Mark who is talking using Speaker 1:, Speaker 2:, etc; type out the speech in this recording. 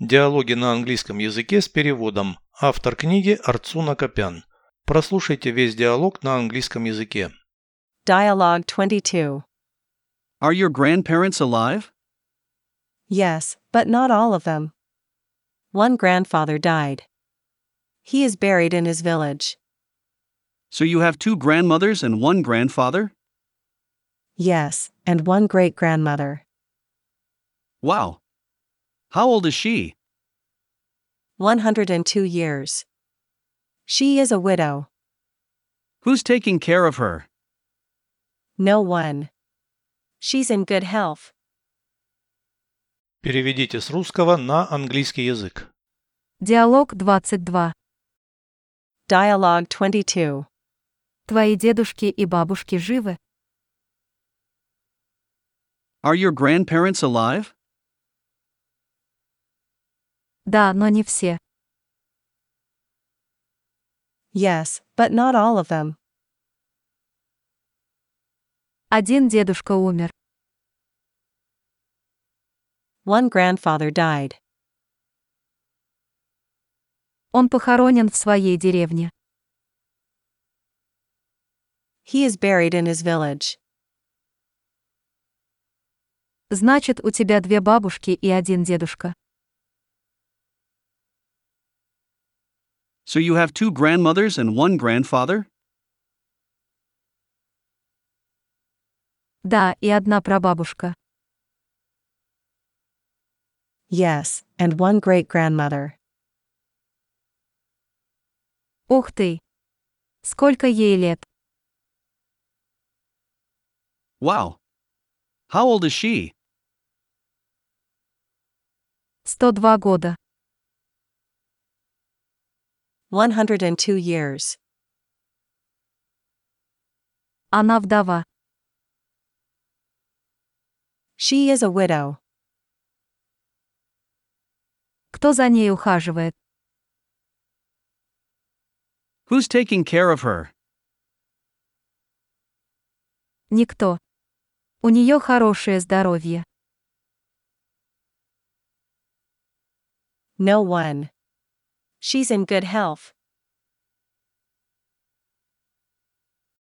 Speaker 1: Диалоги на английском языке с переводом. Автор книги Арцуна Копян. Прослушайте весь диалог на английском языке.
Speaker 2: Dialogue 22.
Speaker 3: Are your grandparents alive?
Speaker 2: Yes, but not all of them. One grandfather died. He is buried in his village.
Speaker 3: So you have two grandmothers and one grandfather?
Speaker 2: Yes, and one great grandmother.
Speaker 3: Wow. How old is she?
Speaker 2: 102 years. She is a widow.
Speaker 3: Who's taking care of her?
Speaker 2: No one. She's in good health.
Speaker 1: Переведите с русского на английский язык.
Speaker 4: Диалог 22.
Speaker 2: Dialogue 22.
Speaker 4: Твои дедушки и бабушки живы?
Speaker 3: Are your grandparents alive?
Speaker 4: Да, но не все.
Speaker 2: Yes, but not all of them.
Speaker 4: Один дедушка умер.
Speaker 2: One grandfather died.
Speaker 4: Он похоронен в своей деревне.
Speaker 2: He is buried in his village.
Speaker 4: Значит, у тебя две бабушки и один дедушка.
Speaker 3: So you have two grandmothers and one grandfather?
Speaker 4: Да, и одна прабабушка.
Speaker 2: Yes, and one great grandmother.
Speaker 4: Ух ты! Сколько ей лет?
Speaker 3: Wow. How old is she?
Speaker 4: 102 года.
Speaker 2: 102 years.
Speaker 4: Она вдова.
Speaker 2: She is a widow.
Speaker 4: Кто за ней ухаживает?
Speaker 3: Who's taking care of her?
Speaker 4: Никто. У нее хорошее здоровье.
Speaker 2: No one. She's in good health.